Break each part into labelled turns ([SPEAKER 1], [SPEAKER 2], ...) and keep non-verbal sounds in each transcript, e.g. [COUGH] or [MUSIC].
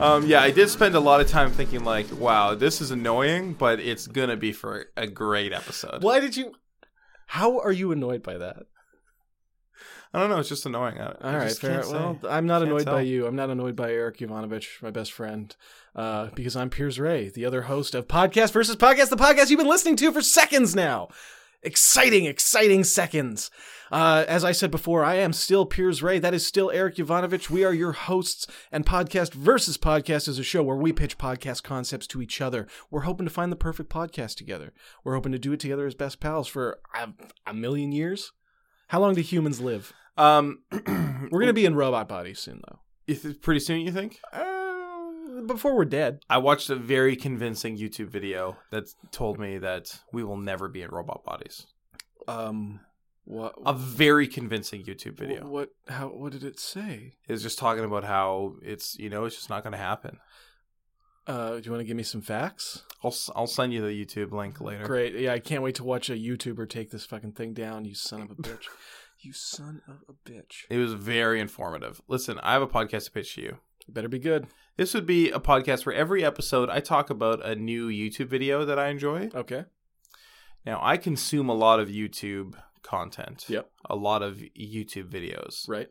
[SPEAKER 1] Um, yeah, I did spend a lot of time thinking like, wow, this is annoying, but it's gonna be for a great episode.
[SPEAKER 2] Why did you? How are you annoyed by that?
[SPEAKER 1] I don't know. It's just annoying. I, I
[SPEAKER 2] All right,
[SPEAKER 1] just
[SPEAKER 2] fair.
[SPEAKER 1] can't
[SPEAKER 2] Well,
[SPEAKER 1] say.
[SPEAKER 2] I'm not
[SPEAKER 1] Can't
[SPEAKER 2] annoyed by
[SPEAKER 1] tell.
[SPEAKER 2] you. I'm not annoyed by Eric Ivanovich, my best friend, uh, because I'm Piers Ray, the other host of Podcast versus Podcast, the podcast you've been listening to for seconds now. Exciting, exciting seconds. Uh, as I said before, I am still Piers Ray. That is still Eric Ivanovich. We are your hosts, and Podcast versus Podcast is a show where we pitch podcast concepts to each other. We're hoping to find the perfect podcast together. We're hoping to do it together as best pals for a, a million years. How long do humans live?
[SPEAKER 1] Um, [CLEARS THROAT]
[SPEAKER 2] We're gonna be in robot bodies soon, though.
[SPEAKER 1] is it pretty soon. You think?
[SPEAKER 2] Uh, before we're dead.
[SPEAKER 1] I watched a very convincing YouTube video that told me that we will never be in robot bodies.
[SPEAKER 2] Um, what?
[SPEAKER 1] A very convincing YouTube video
[SPEAKER 2] What? How? What did it say?
[SPEAKER 1] is just talking about how it's you know it's just not going to happen.
[SPEAKER 2] Uh, do you want to give me some facts?
[SPEAKER 1] I'll s- I'll send you the YouTube link later.
[SPEAKER 2] Great. Yeah, I can't wait to watch a YouTuber take this fucking thing down. You son [LAUGHS] of a bitch. you son of a bitch.
[SPEAKER 1] It was very informative. Listen, I have a podcast to pitch to you.
[SPEAKER 2] better be good.
[SPEAKER 1] This would be a podcast where every episode I talk about a new YouTube video that I enjoy.
[SPEAKER 2] Okay.
[SPEAKER 1] Now, I consume a lot of YouTube content.
[SPEAKER 2] Yep.
[SPEAKER 1] A lot of YouTube videos.
[SPEAKER 2] Right.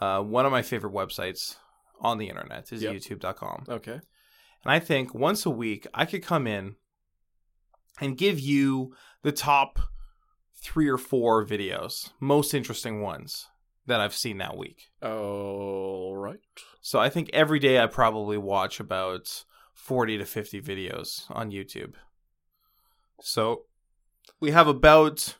[SPEAKER 1] Uh, one of my favorite websites on the internet is
[SPEAKER 2] Yep.
[SPEAKER 1] youtube.com.
[SPEAKER 2] Okay.
[SPEAKER 1] And I think once a week I could come in and give you the top three or four videos, most interesting ones that I've seen that week.
[SPEAKER 2] All right.
[SPEAKER 1] So I think every day I probably watch about 40 to 50 videos on YouTube. So we have about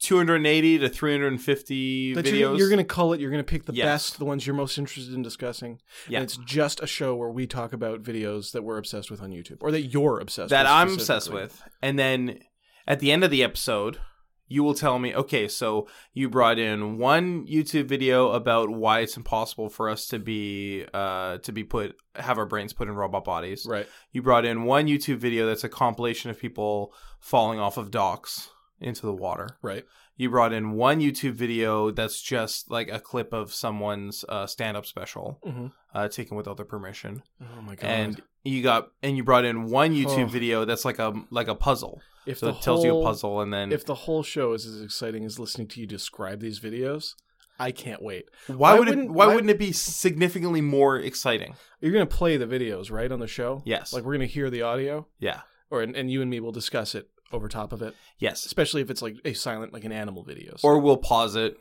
[SPEAKER 1] 280 to 350
[SPEAKER 2] That
[SPEAKER 1] videos.
[SPEAKER 2] you, you're gonna call it. You're gonna pick the
[SPEAKER 1] Yes.
[SPEAKER 2] best, the ones you're most interested in discussing.
[SPEAKER 1] Yeah.
[SPEAKER 2] And it's just a show where we talk about videos that we're obsessed with on YouTube, or that you're obsessed.
[SPEAKER 1] that
[SPEAKER 2] with
[SPEAKER 1] I'm obsessed
[SPEAKER 2] specifically.
[SPEAKER 1] with. And then at the end of the episode, you will tell me, okay, so you brought in one YouTube video about why it's impossible for us to be uh, to be put have our brains put in robot bodies.
[SPEAKER 2] Right.
[SPEAKER 1] You brought in one YouTube video that's a compilation of people falling off of docks into the water.
[SPEAKER 2] Right.
[SPEAKER 1] You brought in one YouTube video that's just like a clip of someone's uh, stand-up special
[SPEAKER 2] Mm-hmm.
[SPEAKER 1] uh, taken without their permission.
[SPEAKER 2] Oh my god!
[SPEAKER 1] and you got and you brought in one YouTube
[SPEAKER 2] Oh.
[SPEAKER 1] video that's like a like a puzzle.
[SPEAKER 2] if
[SPEAKER 1] So
[SPEAKER 2] the
[SPEAKER 1] it tells you a
[SPEAKER 2] whole-
[SPEAKER 1] puzzle and then
[SPEAKER 2] if the whole show is as exciting as listening to you describe these videos, I can't wait.
[SPEAKER 1] why
[SPEAKER 2] why
[SPEAKER 1] would it
[SPEAKER 2] wouldn't-
[SPEAKER 1] why,
[SPEAKER 2] why-
[SPEAKER 1] wouldn't it be significantly more exciting?
[SPEAKER 2] You're gonna play the videos right on the show.
[SPEAKER 1] Yes.
[SPEAKER 2] like we're gonna hear the audio,
[SPEAKER 1] yeah.
[SPEAKER 2] or and, and you and me will discuss it over top of it,
[SPEAKER 1] Yes.
[SPEAKER 2] especially if it's like a silent, like an animal video,
[SPEAKER 1] Or we'll pause it.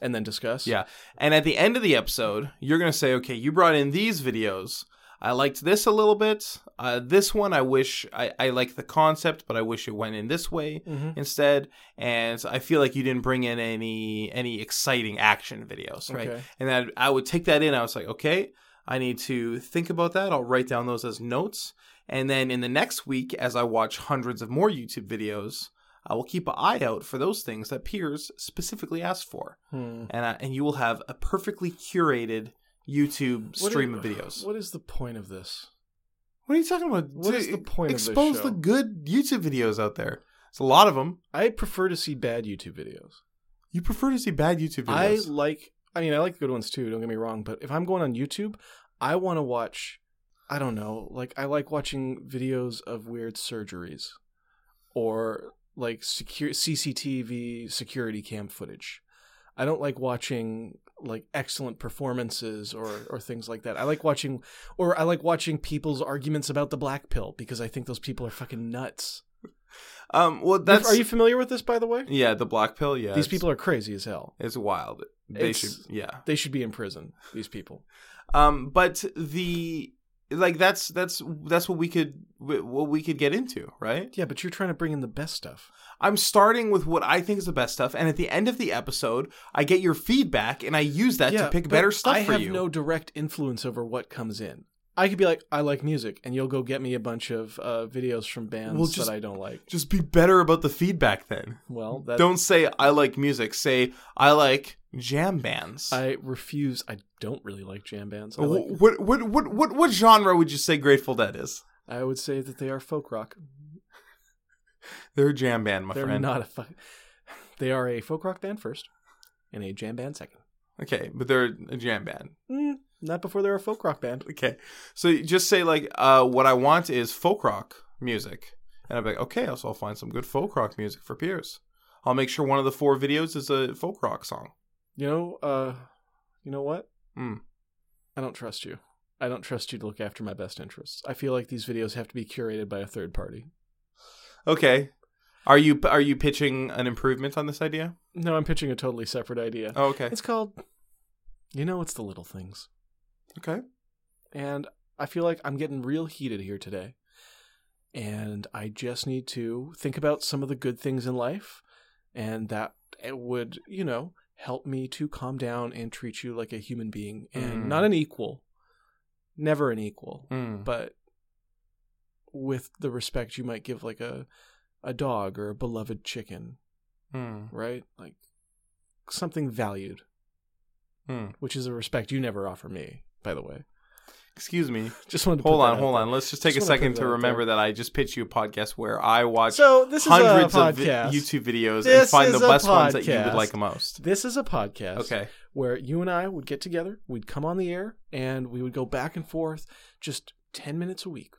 [SPEAKER 2] and then discuss.
[SPEAKER 1] Yeah. And at the end of the episode, you're going to say, "Okay, you brought in these videos. I liked this a little bit. Uh, this one I wish I I like the concept, but I wish it went in this way."
[SPEAKER 2] hmm
[SPEAKER 1] instead and i feel like you didn't bring in any any exciting action videos right
[SPEAKER 2] Okay.
[SPEAKER 1] and then i would take that in i was like okay i need to think about that i'll write down those as notes and then in the next week as i watch hundreds of more youtube videos i will keep an eye out for those things that peers specifically asked for
[SPEAKER 2] Hmm.
[SPEAKER 1] and I, and you will have a perfectly curated youtube
[SPEAKER 2] What
[SPEAKER 1] stream
[SPEAKER 2] [SIGHS] is-
[SPEAKER 1] of videos
[SPEAKER 2] What is the point of this?
[SPEAKER 1] what are you talking about
[SPEAKER 2] What is the point of this
[SPEAKER 1] expose
[SPEAKER 2] show?
[SPEAKER 1] the good youtube videos out there there's a lot of them
[SPEAKER 2] I prefer to see bad YouTube videos.
[SPEAKER 1] you prefer to see bad youtube videos
[SPEAKER 2] I like. I mean, I like the good ones too. Don't get me wrong. But if I'm going on YouTube, I want to watch. I don't know. Like I like watching videos of weird surgeries, or like secure CCTV security cam footage. I don't like watching like excellent performances or or things like that. I like watching or I like watching people's arguments about the black pill because I think those people are fucking nuts.
[SPEAKER 1] Um, well, that's
[SPEAKER 2] are you familiar with this by the way?
[SPEAKER 1] yeah, the black pill. Yeah,
[SPEAKER 2] These
[SPEAKER 1] it's-
[SPEAKER 2] people are crazy as hell.
[SPEAKER 1] it's wild. They
[SPEAKER 2] It's-
[SPEAKER 1] should yeah.
[SPEAKER 2] They should be in prison, these people.
[SPEAKER 1] Um, but the like that's that's that's what we could what we could get into, right?
[SPEAKER 2] Yeah, but you're trying to bring in the best stuff.
[SPEAKER 1] I'm starting with what I think is the best stuff, and at the end of the episode, I get your feedback, and I use that
[SPEAKER 2] yeah,
[SPEAKER 1] to pick
[SPEAKER 2] but
[SPEAKER 1] better stuff
[SPEAKER 2] I
[SPEAKER 1] for
[SPEAKER 2] have
[SPEAKER 1] you.
[SPEAKER 2] no direct influence over what comes in. I could be like, I like music, and you'll go get me a bunch of uh, videos from bands
[SPEAKER 1] Well, just-
[SPEAKER 2] that I don't like.
[SPEAKER 1] Just be better about the feedback then.
[SPEAKER 2] Well, that
[SPEAKER 1] Don't say I like music. Say I like jam bands.
[SPEAKER 2] I refuse. I don't really like jam bands. I,
[SPEAKER 1] Wh-
[SPEAKER 2] like,
[SPEAKER 1] what, what what what what genre would you say Grateful Dead is?
[SPEAKER 2] I would say that they are folk rock.
[SPEAKER 1] They're a jam band, my
[SPEAKER 2] They're
[SPEAKER 1] friend.
[SPEAKER 2] not a fuck. [LAUGHS] They are a folk rock band first, and a jam band second.
[SPEAKER 1] Okay, but they're a jam band.
[SPEAKER 2] Mm, Not before they're a folk rock band.
[SPEAKER 1] Okay. So you just say like, uh, what I want is folk rock music, and I'm like, okay, so I'll find some good folk rock music for Piers. I'll make sure one of the four videos is a folk rock song.
[SPEAKER 2] You know, uh, you know what?
[SPEAKER 1] Hmm.
[SPEAKER 2] I don't trust you. I don't trust you to look after my best interests. I feel like these videos have to be curated by a third party.
[SPEAKER 1] Okay. Are you are you pitching an improvement on this idea?
[SPEAKER 2] No, I'm pitching a totally separate idea.
[SPEAKER 1] Oh, okay.
[SPEAKER 2] It's called, you know, it's the little things.
[SPEAKER 1] Okay.
[SPEAKER 2] And I feel like I'm getting real heated here today. And I just need to think about some of the good things in life. And that it would, you know, help me to calm down and treat you like a human being and
[SPEAKER 1] Mm.
[SPEAKER 2] not an equal. Never an equal.
[SPEAKER 1] Mm.
[SPEAKER 2] But with the respect you might give like a a dog or a beloved chicken,
[SPEAKER 1] Mm.
[SPEAKER 2] right? Like something valued,
[SPEAKER 1] Mm.
[SPEAKER 2] which is a respect you never offer me, by the way. [LAUGHS]
[SPEAKER 1] Excuse me.
[SPEAKER 2] Just wanted to
[SPEAKER 1] Hold
[SPEAKER 2] put that
[SPEAKER 1] on,
[SPEAKER 2] out
[SPEAKER 1] hold
[SPEAKER 2] there.
[SPEAKER 1] on. Let's just take
[SPEAKER 2] Just
[SPEAKER 1] a
[SPEAKER 2] wanna put
[SPEAKER 1] second
[SPEAKER 2] that
[SPEAKER 1] to
[SPEAKER 2] out
[SPEAKER 1] remember that I just pitched you a podcast where I watch
[SPEAKER 2] So this is
[SPEAKER 1] hundreds
[SPEAKER 2] a
[SPEAKER 1] of vi-
[SPEAKER 2] podcast.
[SPEAKER 1] YouTube videos and
[SPEAKER 2] This
[SPEAKER 1] find
[SPEAKER 2] is
[SPEAKER 1] the
[SPEAKER 2] a
[SPEAKER 1] best ones that you would
[SPEAKER 2] podcast.
[SPEAKER 1] like most.
[SPEAKER 2] This is a podcast
[SPEAKER 1] Okay.
[SPEAKER 2] where you and I would get together, we'd come on the air, and we would go back and forth just 10 minutes a week.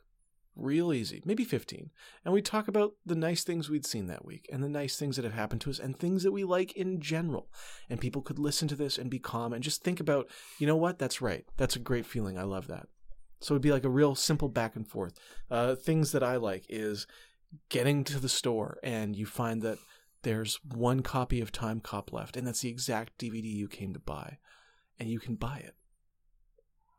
[SPEAKER 2] Real easy, maybe 15. And we'd talk about the nice things we'd seen that week and the nice things that have happened to us and things that we like in general. And people could listen to this and be calm and just think about, you know what? That's right. That's a great feeling. I love that. So it'd be like a real simple back and forth. Uh, things that I like is getting to the store and you find that there's one copy of Time Cop left, and that's the exact DVD you came to buy, and you can buy it.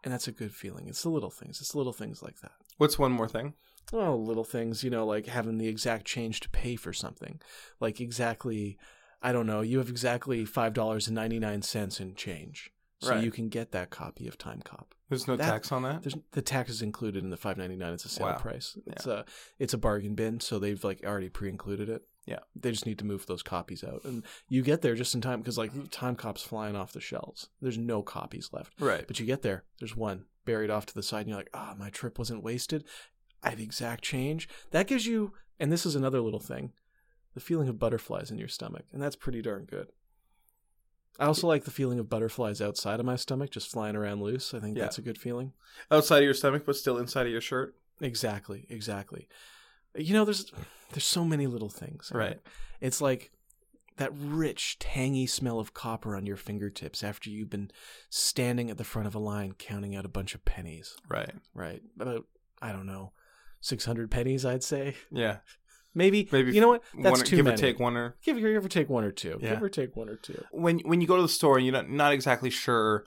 [SPEAKER 2] And that's a good feeling. It's the little things. It's little things like that.
[SPEAKER 1] What's one more thing?
[SPEAKER 2] Well, little things, you know, like having the exact change to pay for something. Like exactly, I don't know, you have exactly $5.99 in change. So
[SPEAKER 1] Right.
[SPEAKER 2] you can get that copy of Time Cop.
[SPEAKER 1] There's no
[SPEAKER 2] That-
[SPEAKER 1] tax on that.
[SPEAKER 2] There's, the tax is included in the five ninety nine. It's a sale
[SPEAKER 1] Wow.
[SPEAKER 2] price. It's a it's a bargain bin, so they've like already pre included it.
[SPEAKER 1] Yeah.
[SPEAKER 2] they just need to move those copies out, and you get there just in time because like Time Cop's flying off the shelves. There's no copies left,
[SPEAKER 1] Right.
[SPEAKER 2] but you get there. There's one buried off to the side, and you're like, ah, my trip wasn't wasted. I have exact change. That gives you, and this is another little thing, the feeling of butterflies in your stomach, and that's pretty darn good. I also like the feeling of butterflies outside of my stomach, just flying around loose. I think
[SPEAKER 1] Yeah.
[SPEAKER 2] that's a good feeling.
[SPEAKER 1] Outside of your stomach, but still inside of your shirt.
[SPEAKER 2] Exactly, exactly. You know, there's there's so many little things.
[SPEAKER 1] Right.
[SPEAKER 2] It's like that rich, tangy smell of copper on your fingertips after you've been standing at the front of a line counting out a bunch of pennies.
[SPEAKER 1] Right.
[SPEAKER 2] Right. About I don't know, six hundred pennies, I'd say.
[SPEAKER 1] Yeah.
[SPEAKER 2] Maybe.
[SPEAKER 1] Maybe
[SPEAKER 2] You know what?
[SPEAKER 1] One
[SPEAKER 2] That's
[SPEAKER 1] or-
[SPEAKER 2] too
[SPEAKER 1] give
[SPEAKER 2] many.
[SPEAKER 1] or take one or
[SPEAKER 2] Give, give or take one or two.
[SPEAKER 1] Yeah.
[SPEAKER 2] Give or take one or two.
[SPEAKER 1] when when you go to the store and you're not, not exactly sure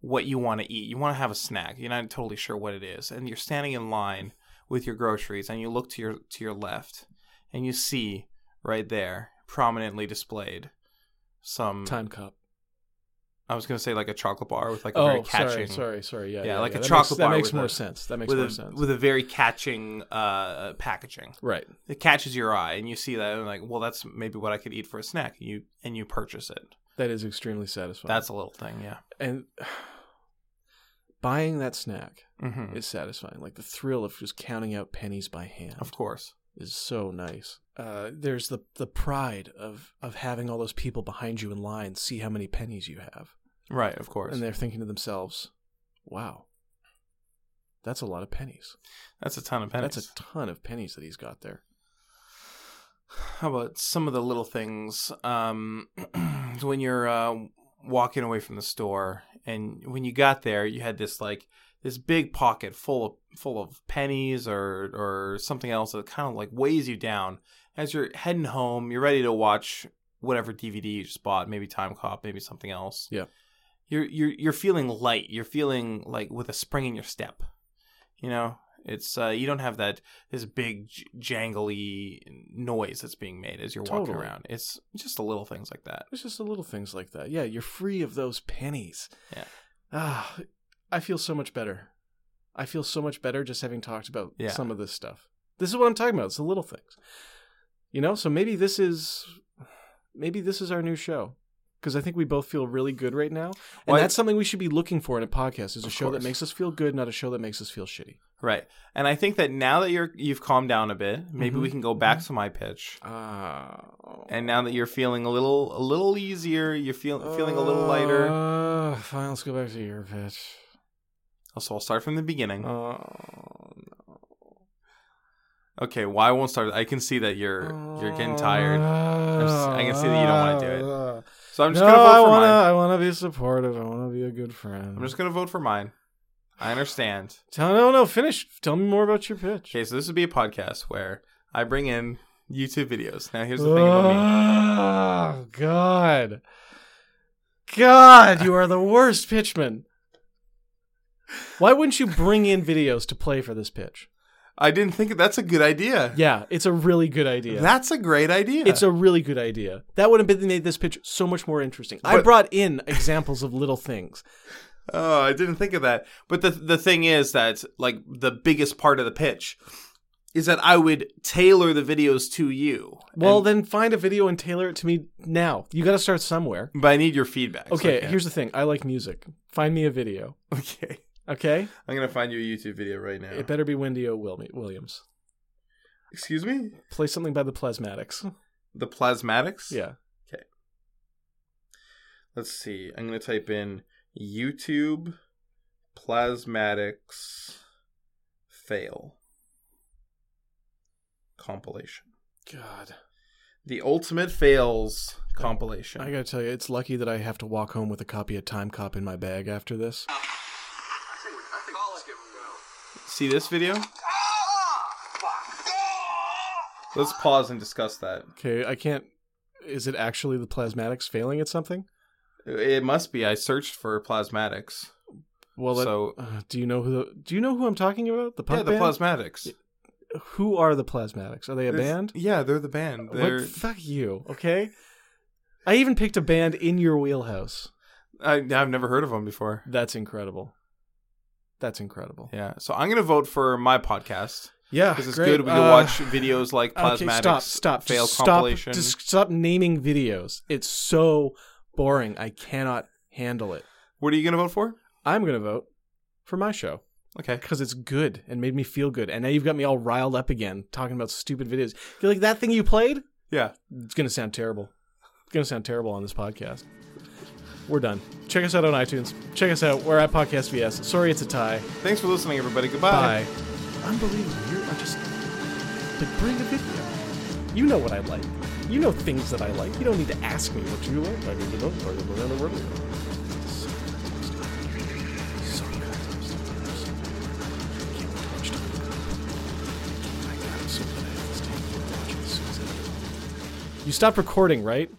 [SPEAKER 1] what you want to eat, you want to have a snack. You're not totally sure what it is, and you're standing in line with your groceries, and you look to your to your left, and you see right there, prominently displayed, some.
[SPEAKER 2] Time cop.
[SPEAKER 1] I was gonna say like a chocolate bar with like a very
[SPEAKER 2] Oh, sorry,
[SPEAKER 1] catching,
[SPEAKER 2] sorry, sorry. Yeah,
[SPEAKER 1] Yeah, like a
[SPEAKER 2] that
[SPEAKER 1] chocolate
[SPEAKER 2] makes, That
[SPEAKER 1] bar
[SPEAKER 2] makes
[SPEAKER 1] with
[SPEAKER 2] more
[SPEAKER 1] a-
[SPEAKER 2] sense. That makes
[SPEAKER 1] with
[SPEAKER 2] more
[SPEAKER 1] a
[SPEAKER 2] sense.
[SPEAKER 1] with a very catching uh, packaging.
[SPEAKER 2] right.
[SPEAKER 1] It catches your eye, and you see that, and you're like, well, that's maybe what I could eat for a snack. And you and you purchase it.
[SPEAKER 2] That is extremely satisfying.
[SPEAKER 1] That's a little thing, yeah.
[SPEAKER 2] and [SIGHS] buying that snack
[SPEAKER 1] hmm
[SPEAKER 2] is satisfying. Like the thrill of just counting out pennies by hand
[SPEAKER 1] Of course.
[SPEAKER 2] is so nice. Uh, there's the the pride of of having all those people behind you in line see how many pennies you have,
[SPEAKER 1] Right, of course.
[SPEAKER 2] and they're thinking to themselves, "Wow, that's a lot of pennies.
[SPEAKER 1] That's a ton of pennies.
[SPEAKER 2] That's a ton of pennies that he's got there."
[SPEAKER 1] How about some of the little things? Um, [CLEARS THROAT] when you're uh, walking away from the store, and when you got there, you had this like this big pocket full of full of pennies or or something else that kind of like weighs you down as you're heading home. You're ready to watch whatever DVD you just bought, maybe Time Cop, maybe something else.
[SPEAKER 2] Yeah.
[SPEAKER 1] you're you're you're feeling light. You're feeling like with a spring in your step. You know, it's uh, you don't have that this big j- jangly noise that's being made as you're walking
[SPEAKER 2] Totally.
[SPEAKER 1] around. It's just the little things like that.
[SPEAKER 2] It's just the little things like that. Yeah, you're free of those pennies.
[SPEAKER 1] Yeah.
[SPEAKER 2] Ah, I feel so much better. I feel so much better just having talked about
[SPEAKER 1] Yeah.
[SPEAKER 2] some of this stuff. This is what I'm talking about. It's the little things. You know, so maybe this is maybe this is our new show. Because I think we both feel really good right now. And
[SPEAKER 1] Well, I-
[SPEAKER 2] that's something we should be looking for in a podcast is a
[SPEAKER 1] Of
[SPEAKER 2] show
[SPEAKER 1] course.
[SPEAKER 2] that makes us feel good, not a show that makes us feel shitty.
[SPEAKER 1] Right. And I think that now that you're you've calmed down a bit, maybe we
[SPEAKER 2] Mhm.
[SPEAKER 1] can go back to my pitch.
[SPEAKER 2] Ah.
[SPEAKER 1] And now that you're feeling a little a little easier, you're feel, feeling a little lighter.
[SPEAKER 2] Ah, Uh, fine, let's go back to your pitch.
[SPEAKER 1] So I'll start from the beginning.
[SPEAKER 2] Oh,
[SPEAKER 1] Okay, why won't start? I can see that you're you're getting
[SPEAKER 2] Uh.
[SPEAKER 1] tired. just-
[SPEAKER 2] tired.
[SPEAKER 1] I can see that you don't wanna do it.
[SPEAKER 2] it.
[SPEAKER 1] So I'm just
[SPEAKER 2] no,
[SPEAKER 1] gonna vote
[SPEAKER 2] I
[SPEAKER 1] for
[SPEAKER 2] wanna,
[SPEAKER 1] mine.
[SPEAKER 2] I wanna be supportive. I wanna be a good friend.
[SPEAKER 1] I'm just gonna vote for mine. I understand.
[SPEAKER 2] Tell, no, no, finish. Tell me more about your pitch.
[SPEAKER 1] Okay, so this would be a podcast where I bring in YouTube videos. Now here's the thing
[SPEAKER 2] Uh.
[SPEAKER 1] about me.
[SPEAKER 2] Oh God, God, you are the worst pitchman. Why wouldn't you bring in videos to play for this pitch?
[SPEAKER 1] I didn't think that's a good idea.
[SPEAKER 2] Yeah, it's a really good idea.
[SPEAKER 1] That's a great idea.
[SPEAKER 2] It's a really good idea. That would have been- made this pitch so much more interesting. I
[SPEAKER 1] But-
[SPEAKER 2] brought in examples of little things.
[SPEAKER 1] Oh, I didn't think of that. But the the thing is that like the biggest part of the pitch is that I would tailor the videos to you.
[SPEAKER 2] Well,
[SPEAKER 1] And-
[SPEAKER 2] then find a video and tailor it to me now. You got to start somewhere.
[SPEAKER 1] but I need your feedback. so I
[SPEAKER 2] Okay,
[SPEAKER 1] can't-
[SPEAKER 2] here's the thing. I like music. Find me a video.
[SPEAKER 1] [LAUGHS] okay.
[SPEAKER 2] Okay,
[SPEAKER 1] I'm gonna find you a YouTube video right now.
[SPEAKER 2] it better be Wendy O. Wilmi- Williams.
[SPEAKER 1] Excuse me.
[SPEAKER 2] Play something by the Plasmatics.
[SPEAKER 1] [LAUGHS] The Plasmatics.
[SPEAKER 2] Yeah.
[SPEAKER 1] Let's see. I'm gonna type in YouTube Plasmatics fail compilation.
[SPEAKER 2] God,
[SPEAKER 1] The ultimate fails compilation.
[SPEAKER 2] I gotta tell you, it's lucky that I have to walk home with a copy of Time Cop in my bag after this.
[SPEAKER 1] see this video.
[SPEAKER 3] Ah!
[SPEAKER 1] Let's pause and discuss that.
[SPEAKER 2] Okay, I can't. Is it actually the Plasmatics failing at something?
[SPEAKER 1] It must be. I searched for plasmatics.
[SPEAKER 2] Well, that-
[SPEAKER 1] So-
[SPEAKER 2] uh, do you know who the do you know who I'm talking about? The punk
[SPEAKER 1] yeah, the
[SPEAKER 2] band?
[SPEAKER 1] plasmatics.
[SPEAKER 2] Who are the Plasmatics? Are they a
[SPEAKER 1] There's-
[SPEAKER 2] band?
[SPEAKER 1] Yeah, they're the band. They're
[SPEAKER 2] Like, fuck you. Okay. I even picked a band in your wheelhouse.
[SPEAKER 1] I, I've never heard of them before.
[SPEAKER 2] That's incredible. That's incredible.
[SPEAKER 1] Yeah, so I'm gonna vote for my podcast
[SPEAKER 2] Yeah,
[SPEAKER 1] because it's
[SPEAKER 2] great.
[SPEAKER 1] good. We can
[SPEAKER 2] Uh,
[SPEAKER 1] watch videos like
[SPEAKER 2] Okay,
[SPEAKER 1] plasmatics.
[SPEAKER 2] stop, stop,
[SPEAKER 1] Fail
[SPEAKER 2] just stop,
[SPEAKER 1] compilation.
[SPEAKER 2] Just stop naming videos. It's so boring. I cannot handle it.
[SPEAKER 1] What are you gonna vote for?
[SPEAKER 2] I'm gonna vote for my show.
[SPEAKER 1] Okay.
[SPEAKER 2] because it's good and made me feel good. And now you've got me all riled up again talking about stupid videos. You're like that thing you played?
[SPEAKER 1] Yeah.
[SPEAKER 2] It's gonna sound terrible. It's gonna sound terrible on this podcast. We're done. Check us out on iTunes. Check us out. We're at Podcast VS. Sorry, it's a tie.
[SPEAKER 1] Thanks for listening, everybody. Goodbye.
[SPEAKER 2] Bye. Unbelievable. You are just. But bring a video. You know what I like. You know things that I like. You don't need to ask me what you like. I need to know. I need to know the world. So good. So good. So good. Can't wait to watch Top Gun. My God, I'm so glad I have this tape. Watch it as soon as I get home. You stopped recording, right?